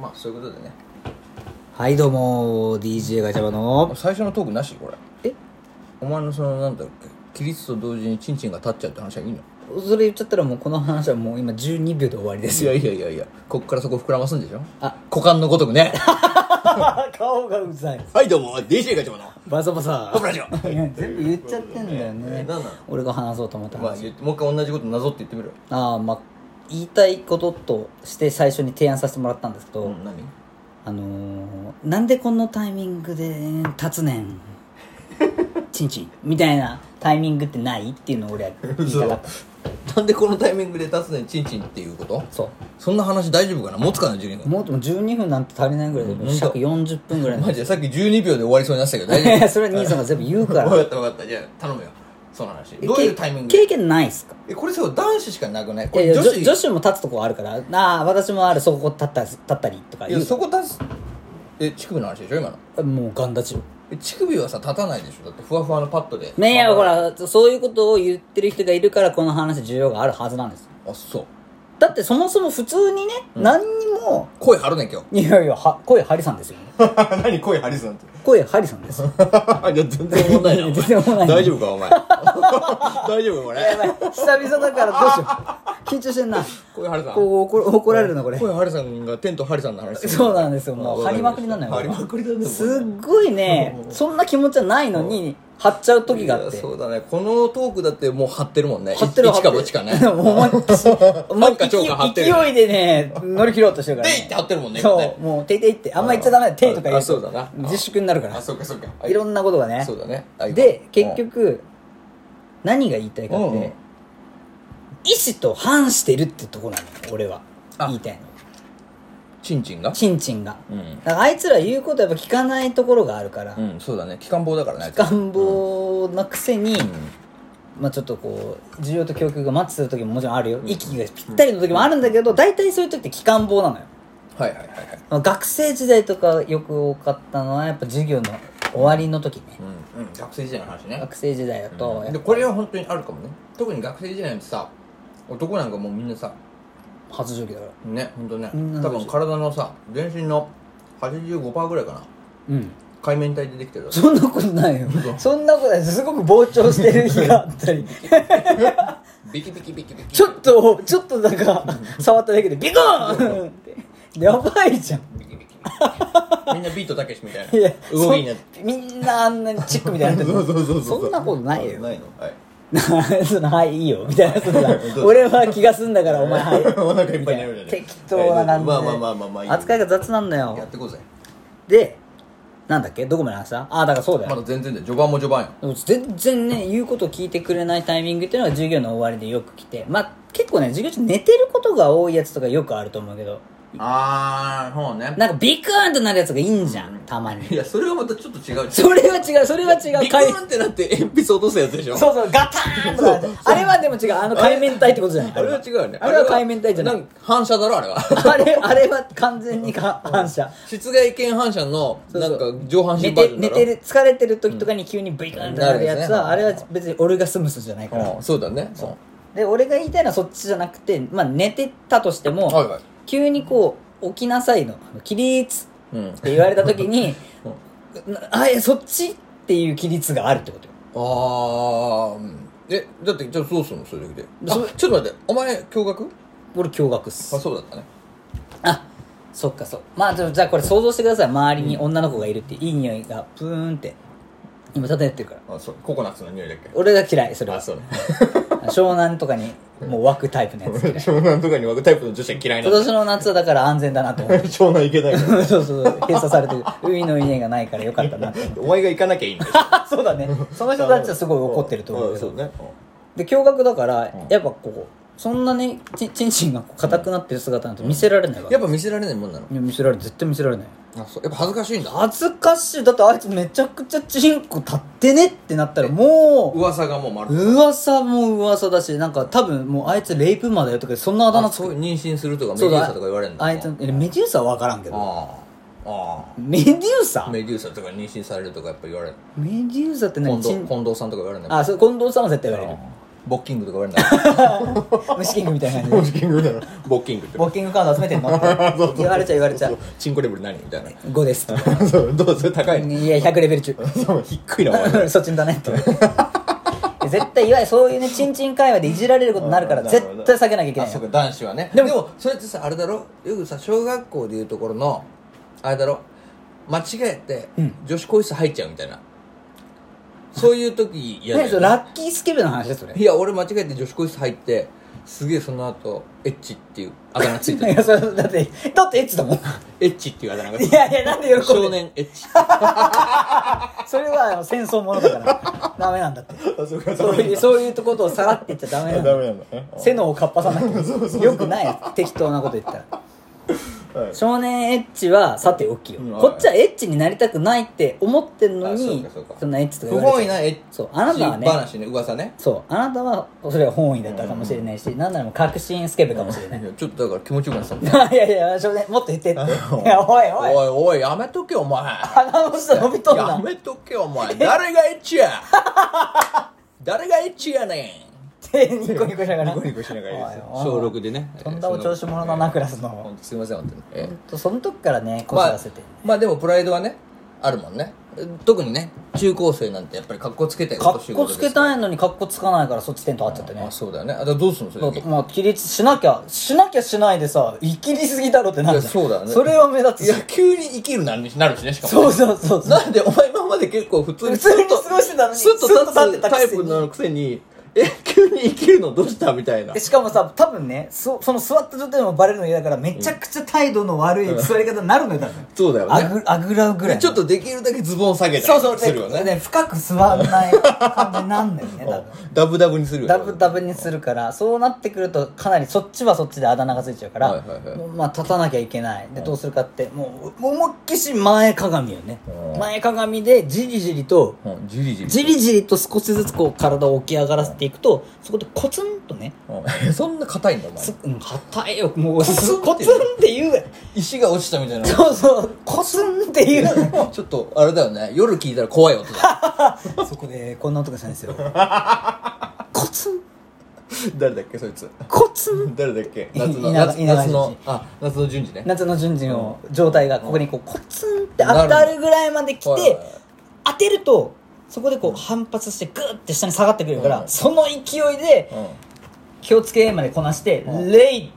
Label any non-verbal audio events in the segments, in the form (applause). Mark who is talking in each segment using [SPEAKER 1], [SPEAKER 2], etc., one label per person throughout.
[SPEAKER 1] まあそういうことでね
[SPEAKER 2] はいどうも DJ ガチャバの
[SPEAKER 1] 最初のトークなしこれ
[SPEAKER 2] え
[SPEAKER 1] お前のそのなんだっけ起立と同時にチンチンが立っちゃうって話はいいの
[SPEAKER 2] それ言っちゃったらもうこの話はもう今12秒で終わりです
[SPEAKER 1] い
[SPEAKER 2] よ
[SPEAKER 1] やいやいやいやこっからそこ膨らますんでしょ
[SPEAKER 2] あ
[SPEAKER 1] 股間のごとくね
[SPEAKER 2] (laughs) 顔がうざい
[SPEAKER 1] (laughs) はいどうも DJ がちゃま (laughs) の
[SPEAKER 2] バサバサ
[SPEAKER 1] ブラジオ
[SPEAKER 2] いや全部言っちゃってんだよね
[SPEAKER 1] 何なの
[SPEAKER 2] 俺が話そうと思った
[SPEAKER 1] まあ
[SPEAKER 2] 話、
[SPEAKER 1] 言ってもう一回同じことなぞって言ってみろよ
[SPEAKER 2] ああまあ言いたいこととして最初に提案させてもらったんですけど、
[SPEAKER 1] うん何
[SPEAKER 2] あのー、なんでこのタイミングで立つねんチンチンみたいなタイミングってないっていうのを俺は言いたかった
[SPEAKER 1] なんでこのタイミングで立つねんチンチンっていうこと
[SPEAKER 2] そ
[SPEAKER 1] そんな話大丈夫かな持つかな12
[SPEAKER 2] う
[SPEAKER 1] 分
[SPEAKER 2] もうでも12分なんて足りないぐらい
[SPEAKER 1] うん
[SPEAKER 2] で尺40分ぐらい
[SPEAKER 1] マジでさっき12秒で終わりそうになってたけ (laughs) ど大
[SPEAKER 2] い
[SPEAKER 1] 丈
[SPEAKER 2] や (laughs) それは兄さんが全部言う
[SPEAKER 1] 夫 (laughs)
[SPEAKER 2] から
[SPEAKER 1] 分かった分かったじゃあ頼むよその話どういうタイミング
[SPEAKER 2] け経験ないっすか
[SPEAKER 1] えこれさ男子しかなくない
[SPEAKER 2] い
[SPEAKER 1] こ
[SPEAKER 2] やい
[SPEAKER 1] れ
[SPEAKER 2] や
[SPEAKER 1] 女
[SPEAKER 2] 女
[SPEAKER 1] 子
[SPEAKER 2] 子女子も立つとこあるからああ私もあるそこ立った立ったりとか
[SPEAKER 1] い
[SPEAKER 2] 言
[SPEAKER 1] や
[SPEAKER 2] う
[SPEAKER 1] そこ立つえ乳首の話でしょ今の
[SPEAKER 2] もうガン立ちよ
[SPEAKER 1] え乳首はさ立たないでしょだってふわふわのパッドで
[SPEAKER 2] ねえほらそういうことを言ってる人がいるからこの話需要があるはずなんです
[SPEAKER 1] あそう
[SPEAKER 2] だってそもそも普通にね、何にも
[SPEAKER 1] 声張るねん今
[SPEAKER 2] (laughs)
[SPEAKER 1] 日
[SPEAKER 2] いやいやは声ハリさんですよ
[SPEAKER 1] 何声張りすんって (laughs) い
[SPEAKER 2] 声ハリさんです (laughs) よ
[SPEAKER 1] や全然問題ない
[SPEAKER 2] (laughs) 全然問題ない
[SPEAKER 1] 大丈夫か
[SPEAKER 2] (laughs)
[SPEAKER 1] お前大丈夫こ
[SPEAKER 2] や
[SPEAKER 1] れ
[SPEAKER 2] ばい久々だからどうしよう緊張してんな
[SPEAKER 1] 声張りさん
[SPEAKER 2] こう怒る怒られるなこれ
[SPEAKER 1] 声張りさんが天と張りさんの話してる
[SPEAKER 2] そうなんですよもう
[SPEAKER 1] あ
[SPEAKER 2] 張りまくりなのよ
[SPEAKER 1] 張りまくりだね
[SPEAKER 2] すっごいねそんな気持ちはないのに張っちゃう時があっ
[SPEAKER 1] い
[SPEAKER 2] て
[SPEAKER 1] やそうだねこのトークだってもう張ってるもんね
[SPEAKER 2] 張ってる張
[SPEAKER 1] 一
[SPEAKER 2] って
[SPEAKER 1] か
[SPEAKER 2] る
[SPEAKER 1] 八かね
[SPEAKER 2] (laughs) もう思いっきり
[SPEAKER 1] (laughs) なんか超過張ってる
[SPEAKER 2] 勢いでね乗り切ろうとしてるから
[SPEAKER 1] ていって張ってるもんね今
[SPEAKER 2] そ
[SPEAKER 1] ね
[SPEAKER 2] うもう「ていてい」ってあんま言っちゃダメだ「てい」とか言
[SPEAKER 1] あそうだ
[SPEAKER 2] う
[SPEAKER 1] な
[SPEAKER 2] と自粛になるか
[SPEAKER 1] あ
[SPEAKER 2] ら
[SPEAKER 1] そうかそうか
[SPEAKER 2] いろんなことがね
[SPEAKER 1] そうだねあいいわ
[SPEAKER 2] で
[SPEAKER 1] う
[SPEAKER 2] 結
[SPEAKER 1] ん
[SPEAKER 2] 局何が言いたいかっ
[SPEAKER 1] うんうん
[SPEAKER 2] て意思と反してるってとこなのよ俺は
[SPEAKER 1] あ
[SPEAKER 2] 言いたいの
[SPEAKER 1] チンチンが
[SPEAKER 2] チンチンが
[SPEAKER 1] うん
[SPEAKER 2] だからあいつら言うことやっぱ聞かないところがあるから
[SPEAKER 1] うんそうだね機関棒だからねあいつ
[SPEAKER 2] 願望なくせに、まあちょっとこう需要と供給がマッチする時ももちろんあるよ、息がぴったりの時もあるんだけど大体そういう時って期間棒なのよ、
[SPEAKER 1] はいはいはいはい
[SPEAKER 2] まあ、学生時代とかよく多かったのはやっぱ授業の終わりの時ね、
[SPEAKER 1] うんうん学生時代の話ね
[SPEAKER 2] 学生時代だと、
[SPEAKER 1] でこれは本当にあるかもね特に学生時代ってさ男なんかもうみんなさ
[SPEAKER 2] 初授業だから
[SPEAKER 1] ね本当ね
[SPEAKER 2] みんな
[SPEAKER 1] 多分体のさ全身の85%ぐらいかな
[SPEAKER 2] うん
[SPEAKER 1] 海綿体でできてる
[SPEAKER 2] そんなことないよそんなことないすごく膨張してる日があった (laughs) り
[SPEAKER 1] (laughs) ビキビキビキビキ
[SPEAKER 2] ちょっとちょっとなんか触っただけでビコーンってやばいじゃん
[SPEAKER 1] ビキビキビキみんなビートたけしみたい
[SPEAKER 2] いや
[SPEAKER 1] な動きになって
[SPEAKER 2] そんみんなあんなにチックみたいになってる (laughs) そんなことないよ
[SPEAKER 1] ないのはい
[SPEAKER 2] (laughs) そのはいいいよみたいなその
[SPEAKER 1] (laughs)
[SPEAKER 2] さ
[SPEAKER 1] どうぞ
[SPEAKER 2] 俺は気が済んだからお前はい
[SPEAKER 1] (laughs) お腹いっぱいになるじゃない
[SPEAKER 2] 適当な感じで、
[SPEAKER 1] まあまあまあまあまあいいよ
[SPEAKER 2] 扱いが雑なんだ
[SPEAKER 1] やっ
[SPEAKER 2] よ
[SPEAKER 1] てこうぜ
[SPEAKER 2] でなんだっけどこまで話したあだからそうだ
[SPEAKER 1] まだ
[SPEAKER 2] よ、
[SPEAKER 1] 全然だよ序盤も序盤よ
[SPEAKER 2] でも全然ね言うことを聞いてくれないタイミングっていうのが授業の終わりでよく来てまあ結構ね授業中寝てることが多いやつとかよくあると思うけど
[SPEAKER 1] ああそうね
[SPEAKER 2] なんかビクーンとなるやつがいいんじゃんたま
[SPEAKER 1] い
[SPEAKER 2] に
[SPEAKER 1] やそれはまたちょっと違う
[SPEAKER 2] それは違うそれは違う
[SPEAKER 1] ビクーンってなって鉛筆落とすやつでしょ
[SPEAKER 2] そうそう、ガターンとかなってあれはでも違う、あの海綿体ってことじゃない。
[SPEAKER 1] あれは違うよね
[SPEAKER 2] あれは海綿体じゃな
[SPEAKER 1] なん
[SPEAKER 2] い。
[SPEAKER 1] か反射だろあれ
[SPEAKER 2] (laughs)
[SPEAKER 1] は
[SPEAKER 2] あれ、あれは完全にか反射。
[SPEAKER 1] 室外犬反射の
[SPEAKER 2] そう
[SPEAKER 1] な
[SPEAKER 2] そ
[SPEAKER 1] ん
[SPEAKER 2] う
[SPEAKER 1] か上半身
[SPEAKER 2] 寝
[SPEAKER 1] バージ
[SPEAKER 2] て
[SPEAKER 1] ョンだ
[SPEAKER 2] 寝
[SPEAKER 1] ろ
[SPEAKER 2] てる疲れてる時とかに急にブイカーンってなるやつは、
[SPEAKER 1] な
[SPEAKER 2] あ
[SPEAKER 1] る
[SPEAKER 2] れ
[SPEAKER 1] やつね
[SPEAKER 2] は別にオルガスムスじゃないから、
[SPEAKER 1] うんそうだねそ
[SPEAKER 2] で俺が言いたいのはそっちじゃなくて、まあ、寝てたとしても、
[SPEAKER 1] はいはい
[SPEAKER 2] 急にこう起きなさいの「起立」
[SPEAKER 1] ううん
[SPEAKER 2] って言われた時
[SPEAKER 1] (laughs)
[SPEAKER 2] に「なあえそっち?」っていう起立があるってことよ
[SPEAKER 1] ああえだってじゃあどうするのそれであ
[SPEAKER 2] そ
[SPEAKER 1] ちょっと待ってお前驚愕
[SPEAKER 2] 俺驚愕っす
[SPEAKER 1] あそうだったね
[SPEAKER 2] あそっかそうまあじゃあじゃあこれ想像してください周りに女の子がいるっていい匂いがプーンって今漂ってるから
[SPEAKER 1] あそうココナッツの匂いだっけ
[SPEAKER 2] 俺が嫌いそれは
[SPEAKER 1] あそうね
[SPEAKER 2] (laughs) 湘南とかにもう湧くタイプのやつ嫌い
[SPEAKER 1] 湘南とかに湧くタイプの女子は嫌いな
[SPEAKER 2] 今
[SPEAKER 1] ん
[SPEAKER 2] 年
[SPEAKER 1] だ
[SPEAKER 2] の夏はだから安全だなと思っ
[SPEAKER 1] (laughs)
[SPEAKER 2] て
[SPEAKER 1] 湘南行けないから
[SPEAKER 2] (laughs) そうそうそう閉鎖されてる海の家がないからよかっ
[SPEAKER 1] (laughs)
[SPEAKER 2] たなって (laughs) 思って
[SPEAKER 1] お前が行かなきゃいいんだよ
[SPEAKER 2] あそうだねその人たちはすごい怒ってると思うけ
[SPEAKER 1] ん
[SPEAKER 2] ど
[SPEAKER 1] そうね
[SPEAKER 2] で驚愕だからやっぱこうそんなねちちんちんがこう硬くなってる姿なんて見せられないわけ
[SPEAKER 1] やっぱ見せられないもんなの
[SPEAKER 2] いや見せられない絶対見せられない
[SPEAKER 1] あそうやっぱ恥ずかしいんだ
[SPEAKER 2] 恥ずかしいだってあいつめちゃくちゃチンコ立ってねってなったらも
[SPEAKER 1] 噂がもうま
[SPEAKER 2] う
[SPEAKER 1] る
[SPEAKER 2] 噂も噂だしなんか多分もうあいつレイプマーだよとかそんなあだ名
[SPEAKER 1] あ
[SPEAKER 2] つ
[SPEAKER 1] そう
[SPEAKER 2] く
[SPEAKER 1] いう妊娠するとかメデ
[SPEAKER 2] そ
[SPEAKER 1] ュ
[SPEAKER 2] う
[SPEAKER 1] ー
[SPEAKER 2] だ
[SPEAKER 1] サとか言われるんだ
[SPEAKER 2] あいついやメデューサは分からんけど
[SPEAKER 1] あああ
[SPEAKER 2] メデュー
[SPEAKER 1] あ
[SPEAKER 2] サメ
[SPEAKER 1] メデューサとか妊娠されるとかやっぱ言われる
[SPEAKER 2] デューサって
[SPEAKER 1] 近
[SPEAKER 2] 何
[SPEAKER 1] 藤
[SPEAKER 2] チン
[SPEAKER 1] 近藤さんとか言われるんだ
[SPEAKER 2] あそう近藤さんは絶対言われる
[SPEAKER 1] ボッキングとか言われたら
[SPEAKER 2] 虫キングみたいな
[SPEAKER 1] (laughs) ボ
[SPEAKER 2] 感じ
[SPEAKER 1] ッキングだろボッキン (laughs) グって
[SPEAKER 2] でボッキングカード集めてんのって言われちゃう言われちゃう
[SPEAKER 1] チンコレベル何みたいな
[SPEAKER 2] 5です
[SPEAKER 1] (laughs) そうどうそれ高いの
[SPEAKER 2] いや100レベル中
[SPEAKER 1] そう低いなお前
[SPEAKER 2] そっちんだねって (laughs) 絶対いわゆるそういうねチンチン会話でいじられることになるから
[SPEAKER 1] なるほど
[SPEAKER 2] 絶対避けなきゃいけ
[SPEAKER 1] あ
[SPEAKER 2] ない
[SPEAKER 1] そう
[SPEAKER 2] の
[SPEAKER 1] か男子はね
[SPEAKER 2] で
[SPEAKER 1] で
[SPEAKER 2] も
[SPEAKER 1] もそれってさあれだろよくさ小学校でいうところのあれだろ間違えて女子更衣室入っちゃうみたいな、そういう時嫌だ
[SPEAKER 2] ねそ
[SPEAKER 1] よ
[SPEAKER 2] れ
[SPEAKER 1] ね
[SPEAKER 2] ラッキースケベの話だそれ
[SPEAKER 1] いや俺間違えて女子更衣室入ってすげえその後エッチっていうあだ名
[SPEAKER 2] (laughs)
[SPEAKER 1] ついて
[SPEAKER 2] い
[SPEAKER 1] る
[SPEAKER 2] やそれだってだってエッチだもん
[SPEAKER 1] エッチっていうあだ名がつい
[SPEAKER 2] い
[SPEAKER 1] てる
[SPEAKER 2] やいやなんで喜んで
[SPEAKER 1] 少年エッチ
[SPEAKER 2] それはあの戦争ものだからダメなんだって
[SPEAKER 1] そうか
[SPEAKER 2] そういうそういうことをさらって言っちゃダメなんだ
[SPEAKER 1] なんだね
[SPEAKER 2] 背のをかっぱさなき
[SPEAKER 1] (laughs) そうそ
[SPEAKER 2] ゃ
[SPEAKER 1] う
[SPEAKER 2] よくない適当なこと言ったら
[SPEAKER 1] はい
[SPEAKER 2] 少年エッチはさておきよ、
[SPEAKER 1] うん
[SPEAKER 2] こっちはエッチになりたくないって思ってんの
[SPEAKER 1] あそう
[SPEAKER 2] に
[SPEAKER 1] かそうか
[SPEAKER 2] そんなエッチとか
[SPEAKER 1] 不
[SPEAKER 2] 言わ
[SPEAKER 1] 本意
[SPEAKER 2] れちゃう
[SPEAKER 1] なエッ
[SPEAKER 2] そうあなたはね
[SPEAKER 1] 話ね噂ね
[SPEAKER 2] そうあなたはそれは本意だったかもしれないし、なんならもう確信スケベかもしれない、
[SPEAKER 1] いやちょっとだから気持ちよくなってたもん
[SPEAKER 2] (laughs) いやいや少年もっと言 (laughs) ってっていやおいおい
[SPEAKER 1] おいおいやめとけお前
[SPEAKER 2] 鼻の下伸びとん
[SPEAKER 1] や
[SPEAKER 2] な
[SPEAKER 1] めとけお前誰がエッ
[SPEAKER 2] (laughs)
[SPEAKER 1] チや誰がエッチやね
[SPEAKER 2] 手ニコニコしなが
[SPEAKER 1] ん
[SPEAKER 2] ら
[SPEAKER 1] ニコニコしながらですよ
[SPEAKER 2] おいおい
[SPEAKER 1] 小6でね
[SPEAKER 2] とんだお調子者だなクラスの
[SPEAKER 1] ほんとすいません本当にええ
[SPEAKER 2] ほんとその時からねこ
[SPEAKER 1] ま
[SPEAKER 2] じら
[SPEAKER 1] あ
[SPEAKER 2] せて、
[SPEAKER 1] まあでもプライドはねあるもんね特にね中高生なんてやっぱり格好つけて
[SPEAKER 2] かっこつけた
[SPEAKER 1] い
[SPEAKER 2] いのにかっこつかないからそっち点と合っちゃってね
[SPEAKER 1] あそうだよねあだからどうすんのそれ
[SPEAKER 2] だ
[SPEAKER 1] だ
[SPEAKER 2] って
[SPEAKER 1] け
[SPEAKER 2] まあ起立しなきゃしなきゃしないでさ生きりすぎだろってなるじゃん
[SPEAKER 1] いやそうだね
[SPEAKER 2] それは目立
[SPEAKER 1] い
[SPEAKER 2] つ
[SPEAKER 1] や
[SPEAKER 2] し
[SPEAKER 1] 急に生きるなるしなるしねしかも
[SPEAKER 2] そうそうそうそう
[SPEAKER 1] (laughs) なんでお前今まで結構普通に
[SPEAKER 2] 普通に過ごしてたのに
[SPEAKER 1] スッと
[SPEAKER 2] スッと立っ
[SPEAKER 1] 立
[SPEAKER 2] て
[SPEAKER 1] つ
[SPEAKER 2] た
[SPEAKER 1] タ
[SPEAKER 2] くせに
[SPEAKER 1] イプのくせに (laughs) え急に生きるのどうしたみたいな
[SPEAKER 2] でしかもさ多分ねそその座った状態でもバレるの嫌だからめちゃくちゃ態度の悪い座り方になるのよ多分
[SPEAKER 1] そうだ (laughs) よね
[SPEAKER 2] あぐあぐらうぐ
[SPEAKER 1] で
[SPEAKER 2] らいの
[SPEAKER 1] ちょっとできるだけズボン下げた
[SPEAKER 2] そう
[SPEAKER 1] り
[SPEAKER 2] そう
[SPEAKER 1] するよ
[SPEAKER 2] で
[SPEAKER 1] ね
[SPEAKER 2] で深く座らない感じになんのよ
[SPEAKER 1] (laughs)
[SPEAKER 2] ね多分
[SPEAKER 1] うんダブダブにするよね
[SPEAKER 2] ダブダブにするからそうなってくるとかなりそっちはそっちであだ名がついちゃうから、
[SPEAKER 1] はいはいはい
[SPEAKER 2] もうまあ立たなきゃいけないでどうするかってもうもう思いっきし前かがみよね
[SPEAKER 1] うん
[SPEAKER 2] 前かがみでじりじりと
[SPEAKER 1] うんじりじり
[SPEAKER 2] じりじりと少しずつこう体を起き上がらせていくとそこでコツンとね
[SPEAKER 1] うんそんな硬いんだお前
[SPEAKER 2] つうん硬いよもうコツ
[SPEAKER 1] ツ
[SPEAKER 2] ン
[SPEAKER 1] ン
[SPEAKER 2] コツンって言う
[SPEAKER 1] 石が落ちたみたいな
[SPEAKER 2] そうそうコツンって言う (laughs)
[SPEAKER 1] ちょっとあれだよね夜聞いたら怖い音だ
[SPEAKER 2] そこでこんな音がしたんですよコツン
[SPEAKER 1] (laughs) 誰だっけそいつ
[SPEAKER 2] コツン
[SPEAKER 1] 誰だっけ
[SPEAKER 2] い
[SPEAKER 1] 夏の
[SPEAKER 2] 稲
[SPEAKER 1] 夏
[SPEAKER 2] 稲川
[SPEAKER 1] 夏のあ夏の順次ね
[SPEAKER 2] 夏の順次の状態がここにこうコツンって当た
[SPEAKER 1] なる
[SPEAKER 2] るぐらいまで来
[SPEAKER 1] はいはい
[SPEAKER 2] て
[SPEAKER 1] はい
[SPEAKER 2] 当てるとそこでこう反発してグーって下に下がってくるから
[SPEAKER 1] うん
[SPEAKER 2] その勢いで
[SPEAKER 1] う
[SPEAKER 2] 気をつけまでこなしてレイ
[SPEAKER 1] ん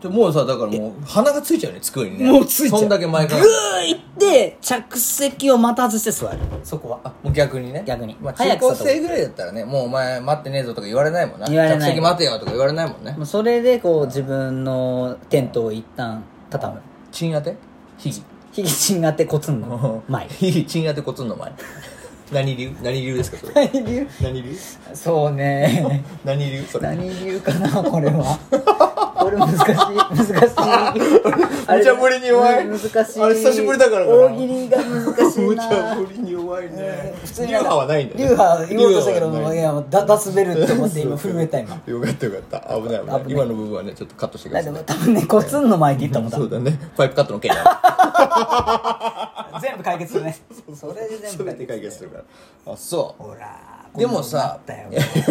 [SPEAKER 1] でもうさだからもう鼻がついちゃうね机にね
[SPEAKER 2] もうついちゃう
[SPEAKER 1] そんだけ前か
[SPEAKER 2] グー
[SPEAKER 1] ら
[SPEAKER 2] いって着席をまた外して座るそこは
[SPEAKER 1] あもう逆にね
[SPEAKER 2] 逆に
[SPEAKER 1] まあ、
[SPEAKER 2] 早
[SPEAKER 1] 中
[SPEAKER 2] く
[SPEAKER 1] 高生ぐらいだったらねもうお前待ってねえぞとか言われないもんな
[SPEAKER 2] 言われない
[SPEAKER 1] 客席待てよとか言われないもんね
[SPEAKER 2] もうそれでこう自分のテントを一旦
[SPEAKER 1] (laughs)
[SPEAKER 2] 畳む
[SPEAKER 1] チン当てひぎ
[SPEAKER 2] ひぎちんがってコツンの
[SPEAKER 1] (laughs)
[SPEAKER 2] 前
[SPEAKER 1] ひぎチン当てコツンの前何流何流ですかそれ
[SPEAKER 2] 何流
[SPEAKER 1] 何流
[SPEAKER 2] そうね
[SPEAKER 1] 何流それ
[SPEAKER 2] 何流かなこれ (laughs) はこれ難しい難しい
[SPEAKER 1] 無茶ぶりに弱い
[SPEAKER 2] うん難しい
[SPEAKER 1] あれ久しぶりだからかな
[SPEAKER 2] 大喜利が難しい
[SPEAKER 1] 無
[SPEAKER 2] な
[SPEAKER 1] 茶ぶりに弱いね
[SPEAKER 2] 普通
[SPEAKER 1] 流
[SPEAKER 2] になんか
[SPEAKER 1] 派はないんだ
[SPEAKER 2] 流派言おうとしたけど
[SPEAKER 1] 流派は
[SPEAKER 2] も
[SPEAKER 1] な
[SPEAKER 2] う
[SPEAKER 1] い
[SPEAKER 2] いやもうだだ滑るって思って今震え (laughs) た今
[SPEAKER 1] よかったよかった危ない危ない
[SPEAKER 2] 危ない
[SPEAKER 1] 今の部分はねちょっとカットしてく
[SPEAKER 2] だ
[SPEAKER 1] だ
[SPEAKER 2] って
[SPEAKER 1] さい
[SPEAKER 2] もう多分ねコツンの前で言ったもんだ
[SPEAKER 1] そうだねパイプカットの件だ
[SPEAKER 2] 全部解決するねそれで全部
[SPEAKER 1] 全て解決するからあそ
[SPEAKER 2] ほら
[SPEAKER 1] うでもさ
[SPEAKER 2] こ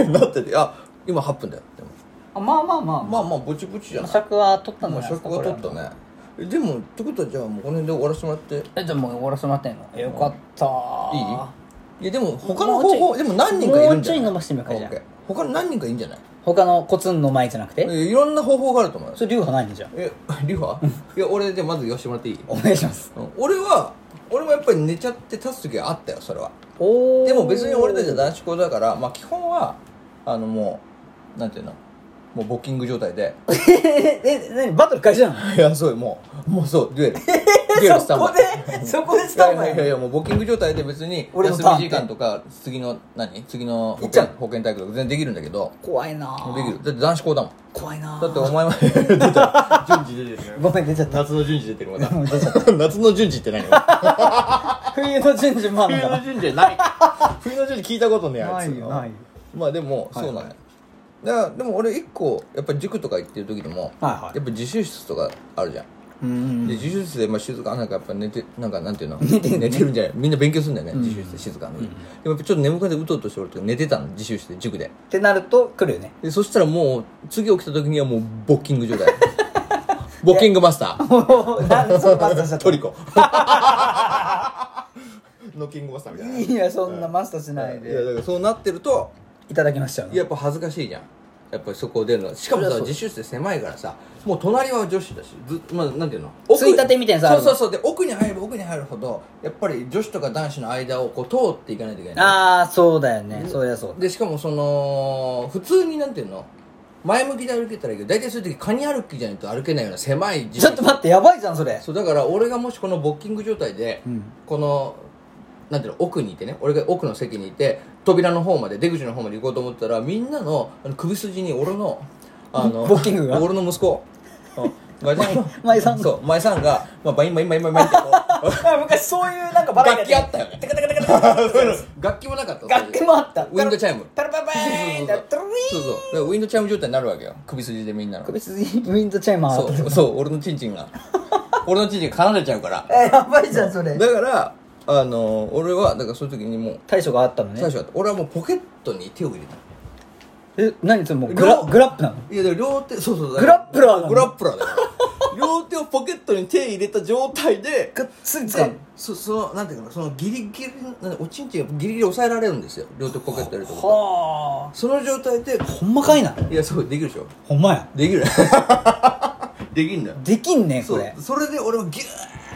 [SPEAKER 2] んな
[SPEAKER 1] (laughs)
[SPEAKER 2] のなったよ
[SPEAKER 1] なっててあ今8分だよでも
[SPEAKER 2] あまあまあまあま
[SPEAKER 1] まあまあぼちぼちじゃ
[SPEAKER 2] あ
[SPEAKER 1] ない
[SPEAKER 2] 尺は取ったんじ
[SPEAKER 1] まあ
[SPEAKER 2] ゃないです
[SPEAKER 1] 尺
[SPEAKER 2] か
[SPEAKER 1] は取っ
[SPEAKER 2] これ
[SPEAKER 1] たねえでもってことはじゃあもうこの辺で終わらせてもらってい
[SPEAKER 2] えじゃあもう終わらせてもらってんのよかった
[SPEAKER 1] いいやでも他の方
[SPEAKER 2] もう
[SPEAKER 1] 法
[SPEAKER 2] ちょ
[SPEAKER 1] で
[SPEAKER 2] い
[SPEAKER 1] も何人かいるんじゃない
[SPEAKER 2] もうちょい伸ばしてみようかじゃあ
[SPEAKER 1] オッケー他の何人かいいんじゃない
[SPEAKER 2] 他のコツンの前じゃなくて
[SPEAKER 1] えいろんな方法があると思うよ
[SPEAKER 2] それ流派ないのじゃん
[SPEAKER 1] えリファいや俺じゃあまず言わせてもらっていい
[SPEAKER 2] お願いします
[SPEAKER 1] うん俺は俺もやっぱり寝ちゃって立つ時はあったよそれは
[SPEAKER 2] お
[SPEAKER 1] でも別に俺たちは
[SPEAKER 2] だ
[SPEAKER 1] 男子校だからまあ基本はあのもうなんていうのもうボッキング状態で (laughs)
[SPEAKER 2] ええ何バトル開始なの
[SPEAKER 1] いやそうよもうもうそうデュエル
[SPEAKER 2] (laughs)
[SPEAKER 1] デュエルスタンバイ
[SPEAKER 2] でそこで
[SPEAKER 1] いやいやいやいやもう募金具状態で別に
[SPEAKER 2] 俺の
[SPEAKER 1] 休
[SPEAKER 2] ターン
[SPEAKER 1] み時間とか次の何次の保
[SPEAKER 2] いっちゃ
[SPEAKER 1] 険
[SPEAKER 2] う
[SPEAKER 1] 保険体育とか全然できるんだけど
[SPEAKER 2] 怖いなぁ
[SPEAKER 1] できるだって男子校だもん
[SPEAKER 2] 怖いなぁ
[SPEAKER 1] だってお (laughs) 前は出た順
[SPEAKER 2] (laughs)
[SPEAKER 1] 次出てる
[SPEAKER 2] ごめん出ちゃった
[SPEAKER 1] (laughs) 夏の順次出て
[SPEAKER 2] (laughs)
[SPEAKER 1] るまた夏の順次って何
[SPEAKER 2] 冬の順次もあるんだ
[SPEAKER 1] 順次ない (laughs) 冬の順次聞いたことねえあいつ
[SPEAKER 2] よ
[SPEAKER 1] まあでも
[SPEAKER 2] はい
[SPEAKER 1] そうなんやだからでも俺一個やっぱり塾とか行ってる時でも
[SPEAKER 2] はいはい
[SPEAKER 1] やっぱ自習室とかあるじゃん
[SPEAKER 2] うんうん
[SPEAKER 1] で自習室でまあ静かなんかやっぱ寝てなんかなんていう
[SPEAKER 2] (laughs)
[SPEAKER 1] の寝てるんじゃないみんな勉強するんだよね、自習室で静かに、でもやっぱちょっと眠くてうとうとして俺とか寝てたの自習室で塾で
[SPEAKER 2] ってなると来るよね
[SPEAKER 1] でそしたらもう次起きた時にはもうボッキング状
[SPEAKER 2] (laughs)
[SPEAKER 1] 態ボッキングマスター
[SPEAKER 2] なんでそのマスターしちゃった
[SPEAKER 1] トリ
[SPEAKER 2] の (laughs)
[SPEAKER 1] コノッキングマスターみたいない
[SPEAKER 2] いやそんなマスターしない
[SPEAKER 1] いや
[SPEAKER 2] で
[SPEAKER 1] だからそうなってると
[SPEAKER 2] いただきましたよ
[SPEAKER 1] やっぱ恥ずかしいじゃんやっぱりそこを出るのはしかも
[SPEAKER 2] そ
[SPEAKER 1] さ
[SPEAKER 2] りゃそう
[SPEAKER 1] 自習室で狭いからさもう隣は女子だしずまあなんていうの
[SPEAKER 2] ついたてみたいなさ
[SPEAKER 1] そうそうそうで奥に入れば奥に入るほどやっぱり女子とか男子の間をこう通っていかないといけない
[SPEAKER 2] ああそうだよねそうやそう
[SPEAKER 1] でしかもその普通になんていうの前向きで歩けたらいいけど大体そういう時カニ歩きじゃないと歩けないような狭い自
[SPEAKER 2] ちょっと待ってやばいじゃんそれ
[SPEAKER 1] そうだから俺がもしこのボッキング状態で、このなんていうの奥にいてね俺が奥の席にいて扉の方まで出口の方まで行こうと思ったらみんなのあの首筋に俺のあの
[SPEAKER 2] ボッキングが
[SPEAKER 1] 俺の息
[SPEAKER 2] (laughs)
[SPEAKER 1] 子うんガジャン
[SPEAKER 2] 前さんの
[SPEAKER 1] そう前さんが、まあ、バインバインバインバインバインってこ
[SPEAKER 2] (laughs)
[SPEAKER 1] う
[SPEAKER 2] 昔そういうなんかバラ
[SPEAKER 1] 楽器あったよね
[SPEAKER 2] テカテカテカテカテカ
[SPEAKER 1] 楽器もなかった
[SPEAKER 2] 楽器もあった
[SPEAKER 1] ウィンドチャイム
[SPEAKER 2] タラババーン
[SPEAKER 1] そう
[SPEAKER 2] だトゥルウィーン
[SPEAKER 1] そうそうだからウィンドチャイム状態になるわけよ首筋でみんなの
[SPEAKER 2] 首筋にウィンドチャイマー
[SPEAKER 1] そうそう俺のチンチン
[SPEAKER 2] (laughs)
[SPEAKER 1] が俺のチンチンが奏でちゃうから
[SPEAKER 2] えやばいじゃんそれ
[SPEAKER 1] だからあの俺はだからそういう時にもう
[SPEAKER 2] 対処があったのね
[SPEAKER 1] 最初は俺はもうポケットに手を入れた
[SPEAKER 2] え何それもうグラ
[SPEAKER 1] 両
[SPEAKER 2] グラップなの
[SPEAKER 1] いやでも両手そうそう
[SPEAKER 2] グラップラーなの
[SPEAKER 1] グラップ
[SPEAKER 2] (laughs)
[SPEAKER 1] ラーだから両手をポケットに手入れた状態で
[SPEAKER 2] がっつりつ
[SPEAKER 1] そ
[SPEAKER 2] か
[SPEAKER 1] うそそのなんていうかなそのギリギリなんおちんちんがギリギリ抑えられるんですよ両手ポケット入れてこと
[SPEAKER 2] は
[SPEAKER 1] その状態で
[SPEAKER 2] あほんまかいない
[SPEAKER 1] やそうできるでしょ
[SPEAKER 2] ほんまや
[SPEAKER 1] できる (laughs) できんだよ
[SPEAKER 2] できんねこ
[SPEAKER 1] そ
[SPEAKER 2] れ
[SPEAKER 1] うそれで俺をギュ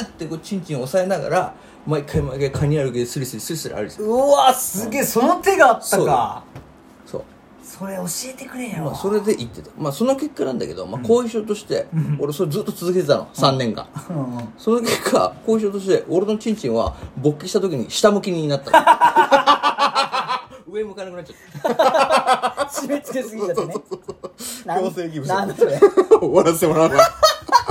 [SPEAKER 1] ーってこうチンチンを押さえながら毎回毎回カニ歩きでスリスリスリスリ歩いてた
[SPEAKER 2] うわすげえその手があったか
[SPEAKER 1] そう
[SPEAKER 2] それ教えてくれ
[SPEAKER 1] ま
[SPEAKER 2] よ
[SPEAKER 1] あ、それで行ってた、まあ、その結果なんだけど、まあ、後遺症として俺それずっと続けてたの3年間
[SPEAKER 2] うんうん
[SPEAKER 1] その結果後遺症として俺のチンチンは勃起した時に下向きになった (laughs) の上向かなくなっちゃっ
[SPEAKER 2] (laughs) 締め付けすぎちゃってね
[SPEAKER 1] た強制義務
[SPEAKER 2] なんだそ
[SPEAKER 1] (laughs)
[SPEAKER 2] れ
[SPEAKER 1] 終わらせてもらう